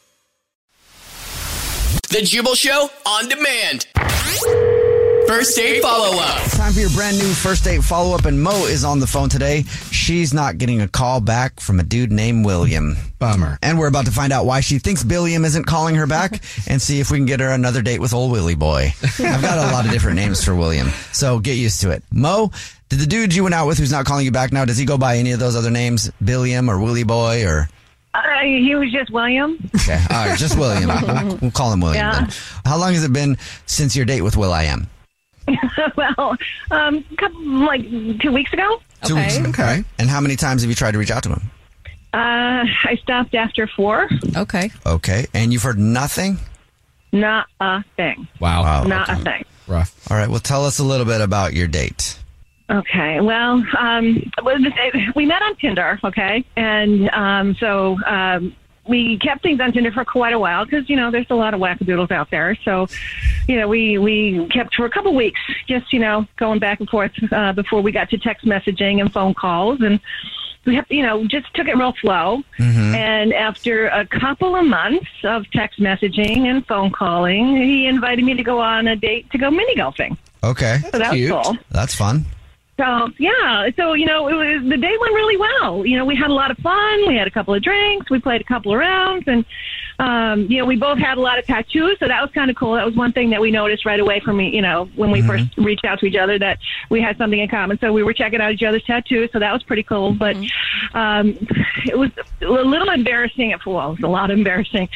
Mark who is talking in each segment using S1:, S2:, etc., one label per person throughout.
S1: The Jubal Show on demand. First date follow up.
S2: Time for your brand new first date follow up, and Mo is on the phone today. She's not getting a call back from a dude named William. Bummer. And we're about to find out why she thinks Billiam isn't calling her back and see if we can get her another date with old Willie Boy. I've got a lot of different names for William, so get used to it. Mo, did the dude you went out with who's not calling you back now, does he go by any of those other names? Billiam or Willie Boy or.
S3: Uh, he was just William.
S2: Okay, all right, just William. We'll- we'll call him William
S3: Yeah.
S2: then. How long has it been since your date with Will I Am?
S3: well, um, couple, like two weeks ago,
S2: Two weeks. Okay. And how many times have you tried to reach out to him?
S3: uh, I stopped after four.
S4: Okay.
S2: Okay. And you've heard nothing?
S3: Not a thing.
S2: Wow.
S3: Not a thing.
S5: Rough.
S2: All right. Well, tell us a little bit about your date.
S3: Okay. Well, um, well, th- we met on Tinder. Okay, and um, so um, we kept things on Tinder for quite a while because you know there's a lot of wackadoodles out there. So, you know, we we kept for a couple weeks, just you know, going back and forth uh, before we got to text messaging and phone calls, and we kept, you know just took it real slow. And after a couple of months of text messaging and phone calling, he invited me to go on a date to go mini golfing.
S2: Okay.
S3: So that
S5: Cute.
S3: was cool.
S2: That's fun.
S3: So yeah, so you know, it was the day went really well. You know, we had a lot of fun. We had a couple of drinks. We played a couple of rounds, and um, you know, we both had a lot of tattoos. So that was kind of cool. That was one thing that we noticed right away from me. You know, when we first reached out to each other, that we had something in common. So we were checking out each other's tattoos. So that was pretty cool. But um, it was a little embarrassing. At, well, it was a lot embarrassing.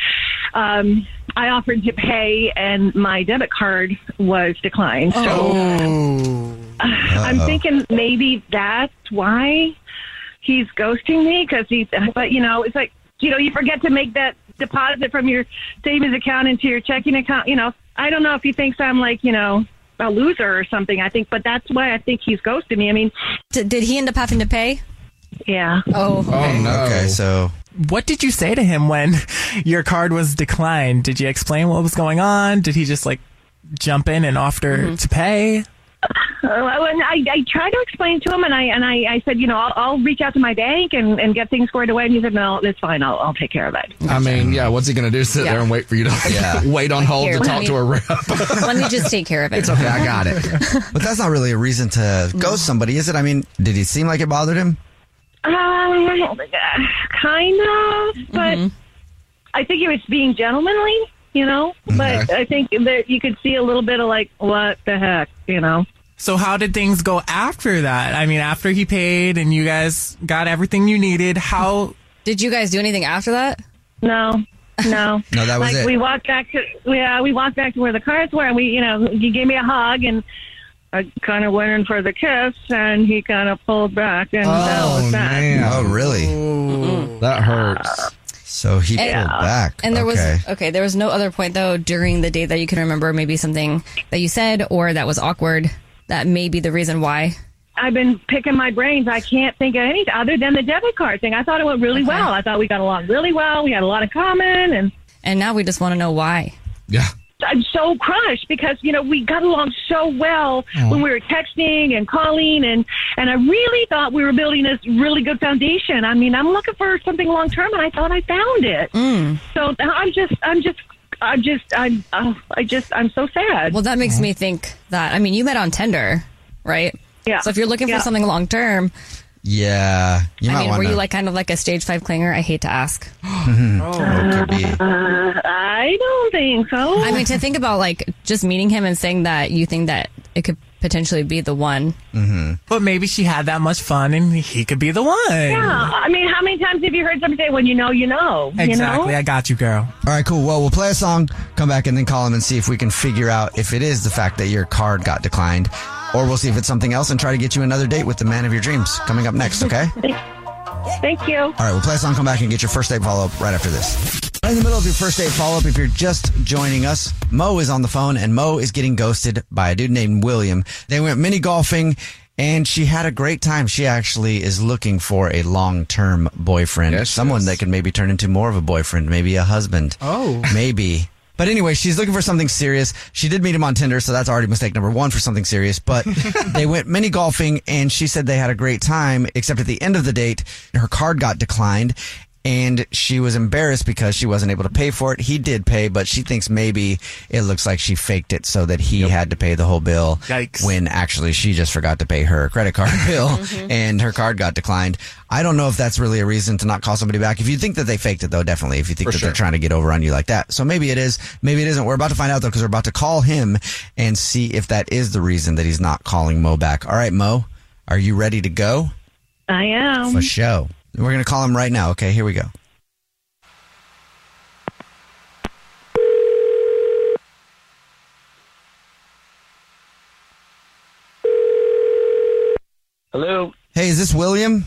S3: Um, I offered to pay, and my debit card was declined. So. I'm
S2: Uh-oh.
S3: thinking maybe that's why he's ghosting me because he. But you know, it's like you know, you forget to make that deposit from your savings account into your checking account. You know, I don't know if he thinks I'm like you know a loser or something. I think, but that's why I think he's ghosted me. I mean,
S4: D- did he end up having to pay?
S3: yeah.
S4: Oh.
S5: Oh no.
S2: Okay. So,
S6: What did you say to him when your card was declined? Did you explain what was going on? Did he just like jump in and offer to pay?
S3: Uh, and I, I tried to explain to him, and I and I, I said, you know, I'll, I'll reach out to my bank and, and get things squared away. And he said, no, it's fine. I'll I'll take care of it.
S5: I mean, yeah. What's he gonna do? Sit
S4: Yeah.
S5: there and wait for you to
S2: Yeah.
S5: wait on hold
S4: Here,
S5: to
S4: let
S5: talk
S4: me-
S5: to a rep?
S4: Let me just take care of it.
S5: it's okay. I got it.
S2: but that's not really a reason to ghost somebody, is it? I mean, did it seem like it bothered him?
S3: Um, kind of, but I think it was being gentlemanly, you know. But
S2: Mm-hmm.
S3: I think that you could see a little bit of like, what the heck, you know?
S6: So how did things go after that? I mean, after he paid and you guys got everything you needed, how
S4: Did you guys do anything after that?
S3: No, no,
S2: No, that was
S3: like
S2: it.
S3: we walked back to yeah, we walked back to where the cars were, and we, you know, he gave me a hug and. I kind of went in for the kiss, and he kind of pulled back, and that was that.
S2: oh, really?
S5: that hurts.
S2: So he pulled back.
S4: And there
S2: okay.
S4: was okay. There was no other point though during the date that you can remember. Maybe something that you said or that was awkward. That may be the reason why
S3: I've been picking my brains. I can't think of anything other than the debit card thing. I thought it went really well. I thought we got along really well. We had a lot in common, and
S4: and now we just want to know why.
S5: Yeah.
S3: I'm so crushed because you know we got along so well
S4: Aw.
S3: when we were texting and calling, and and I really thought we were building this really good foundation. I mean, I'm looking for something long term, and I thought I found it. So I'm just, I'm just, I'm just, I'm, oh, I just, I'm so sad.
S4: Well, that makes me
S5: Mm-hmm.
S4: think that I mean, you met on Tinder, right?
S3: Yeah.
S4: So if you're looking
S3: Yeah.
S4: for something long term,
S2: Yeah. You
S4: I
S2: might
S4: mean,
S2: want
S4: were
S2: to.
S4: you like kind of like a stage five clinger? I hate to ask.
S2: Mm.
S6: Oh.
S2: could be.
S3: Uh, I don't think so.
S4: I mean, to think about like just meeting him and saying that you think that it could potentially be the one.
S6: But maybe she had that much fun and he could be the one.
S3: Yeah, I mean, how many times have you heard somebody say, "When you know, you know"?
S6: Exactly.
S3: You know?
S6: I got you, girl.
S2: All right, cool. Well, we'll play a song, come back, and then call him and see if we can figure out if it is the fact that your card got declined, or we'll see if it's something else and try to get you another date with the man of your dreams coming up next. Okay.
S3: Thank you.
S2: All right, we'll play a song, come back, and get your first date follow up right after this. Right in the middle of your first date follow up, if you're just joining us, Mo is on the phone, and Mo is getting ghosted by a dude named William. They went mini golfing, and she had a great time. She actually is looking for a long term boyfriend, someone that can maybe turn into more of a boyfriend, maybe a husband.
S6: Oh.
S2: maybe. But anyway, she's looking for something serious. She did meet him on Tinder, so that's already mistake number one for something serious. But they went mini golfing, and she said they had a great time, except at the end of the date, her card got declined, and she was embarrassed because she wasn't able to pay for it. He did pay, but she thinks maybe it looks like she faked it so that he had to pay the whole bill
S6: Yikes.
S2: when actually she just forgot to pay her credit card bill and her card got declined. I don't know if that's really a reason to not call somebody back. If you think that they faked it, though, definitely. If you think that they're trying to get over on you like that. So maybe it is. Maybe it isn't. We're about to find out, though, because we're about to call him and see if that is the reason that he's not calling Mo back. All right, Mo, are you ready to go?
S3: I am.
S2: For show. We're going to call him right now. Okay, here we go.
S7: Hello.
S2: Hey, is this William?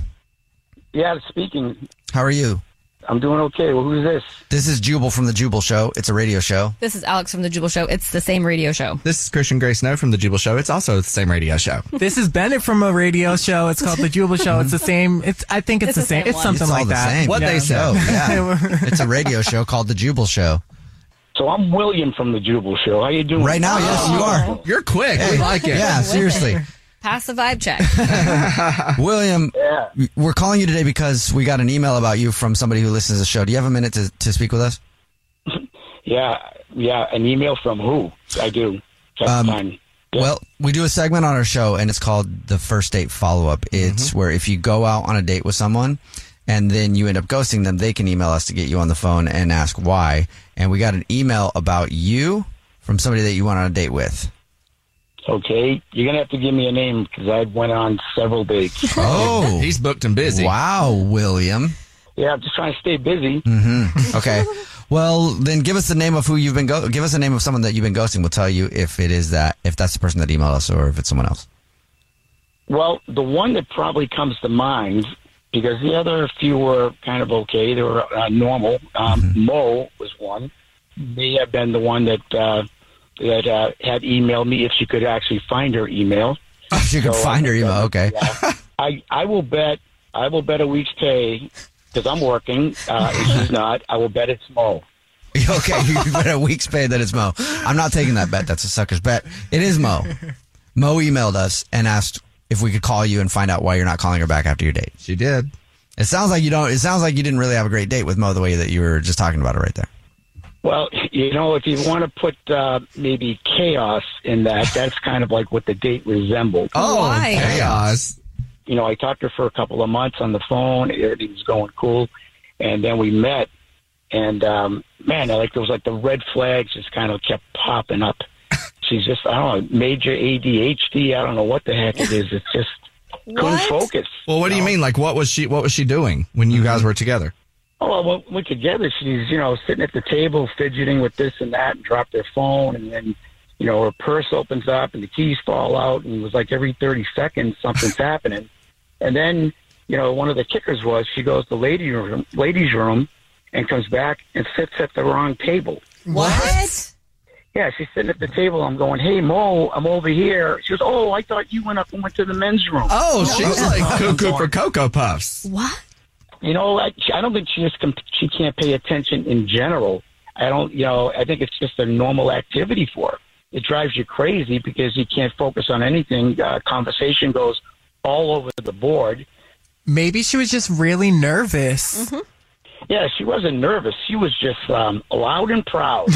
S7: Yeah, I'm speaking.
S2: How are you?
S7: I'm doing okay. Well, who's this?
S2: This is Jubal from The Jubal Show. It's a radio show.
S4: This is Alex from the Jubal Show. It's the same radio show.
S5: This is Christian Gray Snow from The Jubal Show. It's also the same radio show.
S6: This is Bennett from a radio show. It's called The Jubal Show. It's the same. It's. I think it's, the same. It's
S4: one.
S6: something
S2: it's all
S6: like
S2: the
S6: that.
S2: same.
S5: What they said.
S2: Oh, yeah. it's a radio show called The Jubal Show.
S7: So I'm William from the Jubal Show. How you doing?
S2: Right now, yes, you are.
S5: You're quick. We like it.
S2: Yeah, seriously.
S4: Pass the vibe check.
S2: William, we're calling you today because we got an email about you from somebody who listens to the show. Do you have a minute to, to speak with us?
S7: Yeah, yeah. An email from who? I do. Sometime.
S2: Well, we do a segment on our show, and it's called the first date follow up. It's where if you go out on a date with someone and then you end up ghosting them, they can email us to get you on the phone and ask why. And we got an email about you from somebody that you went on a date with.
S7: okay, you're gonna have to give me a name because I went on several dates.
S2: Oh,
S5: He's booked and busy.
S2: wow, William.
S7: yeah, I'm just trying to stay busy.
S2: Okay. Well, then give us the name of who you've been go- give us the name of someone that you've been ghosting. We'll tell you if it is that if that's the person that emailed us or if it's someone else.
S7: Well, the one that probably comes to mind because the other few were kind of okay. They were uh, normal. Um, Mo was one. May have been the one that uh, that uh, had emailed me if she could actually find her email.
S5: Oh,
S2: If you can
S7: So,
S2: find her email,
S7: uh,
S2: okay.
S7: yeah. I I will bet I will bet a week's pay because I'm working. Uh, if she's not, I will bet it's Mo.
S2: okay, you bet a week's pay that it's Mo. I'm not taking that bet. That's a sucker's bet. It is Mo. Mo emailed us and asked if we could call you and find out why you're not calling her back after your date.
S5: She did.
S2: It sounds like you don't. It sounds like you didn't really have a great date with Mo the way that you were just talking about it right there.
S7: Well, you know, if you want to put uh, maybe chaos in that, that's kind of like what the date resembled.
S4: Why?
S5: Oh, Chaos.
S7: you know, I talked to her for a couple of months on the phone. Everything was going cool, and then we met. And um, man, I like there was like the red flags just kind of kept popping up. She's just I don't know major ADHD. I don't know what the heck it is. It's just couldn't
S4: What?
S7: focus.
S5: Well, Mm-hmm. what do you mean? Like, what was she? What was she doing when you guys were together?
S7: Oh, well, when we're together, she's, you know, sitting at the table fidgeting with this and that and dropped her phone. And then, you know, her purse opens up and the keys fall out. And it was like every 30 seconds, something's happening. And then, you know, one of the kickers was she goes to lady room, ladies' room and comes back and sits at the wrong table.
S4: What?
S7: Yeah, she's sitting at the table. I'm going, hey, Mo, I'm over here. She goes, oh, I thought you went up and went to the men's room.
S5: Oh,
S7: No.
S5: she's like cuckoo for Cocoa Puffs.
S4: What?
S7: You know, I, I don't think she just com- she can't pay attention in general. I don't, you know, I think it's just a normal activity for her. It drives you crazy because you can't focus on anything. Uh, conversation goes all over the board.
S6: Maybe she was just really nervous.
S7: Mm-hmm. Yeah, she wasn't nervous. She was just um, loud and proud, you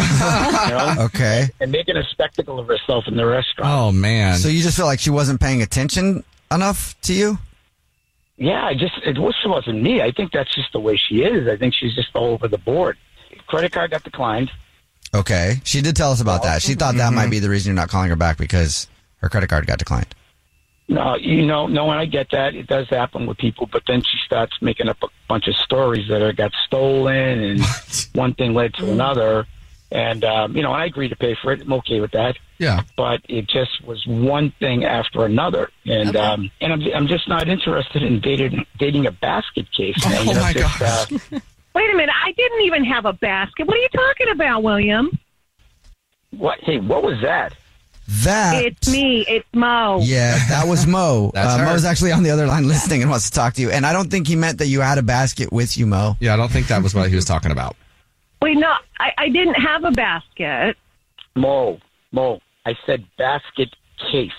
S7: know,
S2: Okay.
S7: and making a spectacle of herself in the restaurant.
S5: Oh man.
S2: So you just feel like she wasn't paying attention enough to you?
S7: Yeah, I just it was, wasn't me. I think that's just the way she is. I think she's just all over the board. Credit card got declined.
S2: Okay. She did tell us about that. She thought that might be the reason you're not calling her back because her credit card got declined.
S7: No, you know, no, and I get that. It does happen with people, but then she starts making up a bunch of stories that are got stolen and one thing led to another. And, um, you know, I agree to pay for it. I'm okay with that.
S5: Yeah.
S7: But it just was one thing after another. And, um, and I'm, I'm just not interested in dating, dating a basket case. Oh,
S5: my
S7: God.
S3: Wait a minute. I didn't even have a basket. What are you talking about, William?
S7: what, hey, what was that?
S2: That
S3: It's me. It's Mo.
S2: Yeah, that was Mo.
S5: That's
S2: uh,
S5: her.
S2: Mo's actually on the other line listening and wants to talk to you. And I don't think he meant that you had a basket with you, Mo.
S5: Yeah, I don't think that was what he was talking about.
S3: Wait, no, I, I didn't have a basket.
S7: Mo, Mo, I said basket case.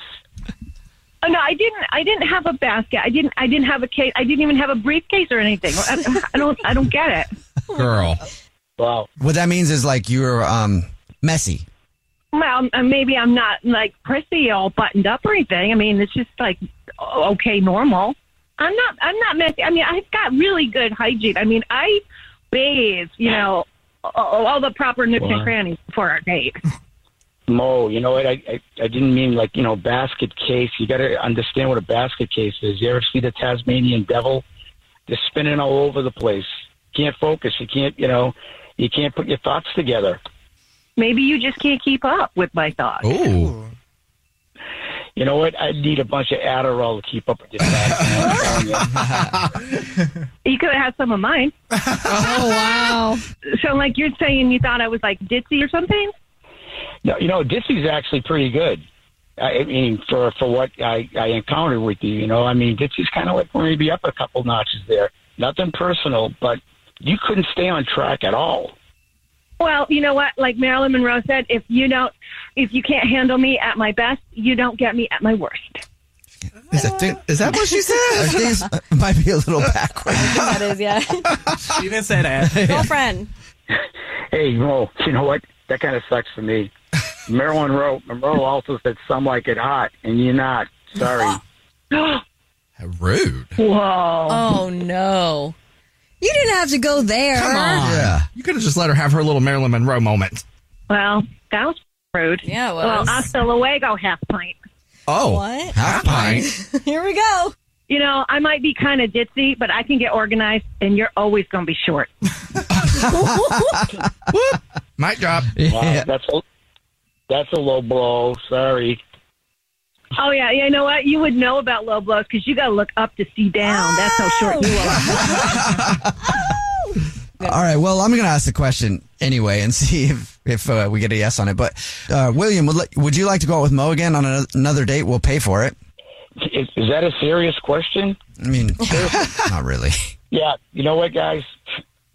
S3: Oh, no, I didn't. I didn't have a basket. I didn't. I didn't have a case. I didn't even have a briefcase or anything. I, I don't. I don't get it.
S5: Girl.
S7: Wow.
S2: What that means is like you're um, messy.
S3: Well, uh, maybe I'm not like prissy, all buttoned up or anything. I mean, it's just like o- okay, normal. I'm not. I'm not messy. I mean, I've got really good hygiene. I mean, I bathe. You know, a- all the proper nooks and
S7: Wow.
S3: crannies before our date.
S7: Mo, you know what? I, I I didn't mean like you know basket case. You got to understand what a basket case is. You ever see the Tasmanian devil? They're spinning all over the place. Can't focus. You can't you know you can't put your thoughts together.
S3: Maybe you just can't keep up with my thoughts.
S5: Ooh.
S7: You know what? I need a bunch of Adderall to keep up with your thoughts. man. I'm telling you.
S3: You could have had some of mine.
S4: Oh wow.
S3: So, like, you're saying you thought I was like ditzy or something?
S7: no, you know Dixie's actually pretty good. I I mean, for for what I I encountered with you, you know, I mean Dixie's kind of like maybe up a couple notches there. Nothing personal, but you couldn't stay on track at all.
S3: Well, you know what? Like Marilyn Monroe said, if you don't, if you can't handle me at my best, you don't get me at my worst.
S5: Is that, is that what she
S2: I
S5: said?
S2: think it's- it uh, might be a little backward.
S4: That is, yeah.
S6: She didn't say that.
S4: Girlfriend.
S7: Hey, Mo, you know what? That kind of sucks for me. Marilyn Monroe, Monroe also said some like it hot, and you're not. Sorry.
S5: Rude.
S3: Whoa.
S4: Oh no. You didn't have to go there.
S5: Come on. Yeah. You could have just let her have her little Marilyn Monroe moment.
S3: Well, that was rude.
S4: Yeah, it
S3: Well,
S4: was.
S3: hasta luego, half pint.
S5: Oh.
S4: What?
S5: Half pint.
S4: Here we go.
S3: You know, I might be kind of ditzy, but I can get organized, and you're always going to be short.
S5: Whoop. Mic drop.
S7: Wow, that's a that's a low blow. Sorry.
S3: Oh yeah, yeah. You know what? You would know about low blows because you got to look up to see down. That's how short you are.
S2: All right. Well, I'm going to ask the question anyway and see if, if uh, we get a yes on it. But uh, William, would, li- would you like to go out with Mo again on ano- another date? We'll pay for it.
S7: Is, is that a serious question?
S2: I mean, not really.
S7: Yeah. You know what, guys?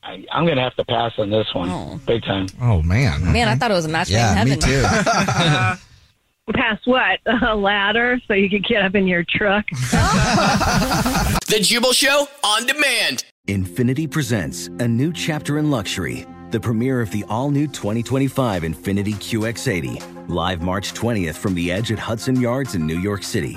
S7: I, I'm going to have to pass on this one, big time.
S5: Oh, man.
S4: Man, I thought it was a match made in
S2: Yeah, me
S4: heaven.
S2: too.
S3: Past what? A ladder so you could get up in your truck.
S1: The Jubal Show on demand.
S8: Infinity presents a new chapter in luxury, the premiere of the all new 2025 Infinity QX80, live March 20th from the edge at Hudson Yards in New York City,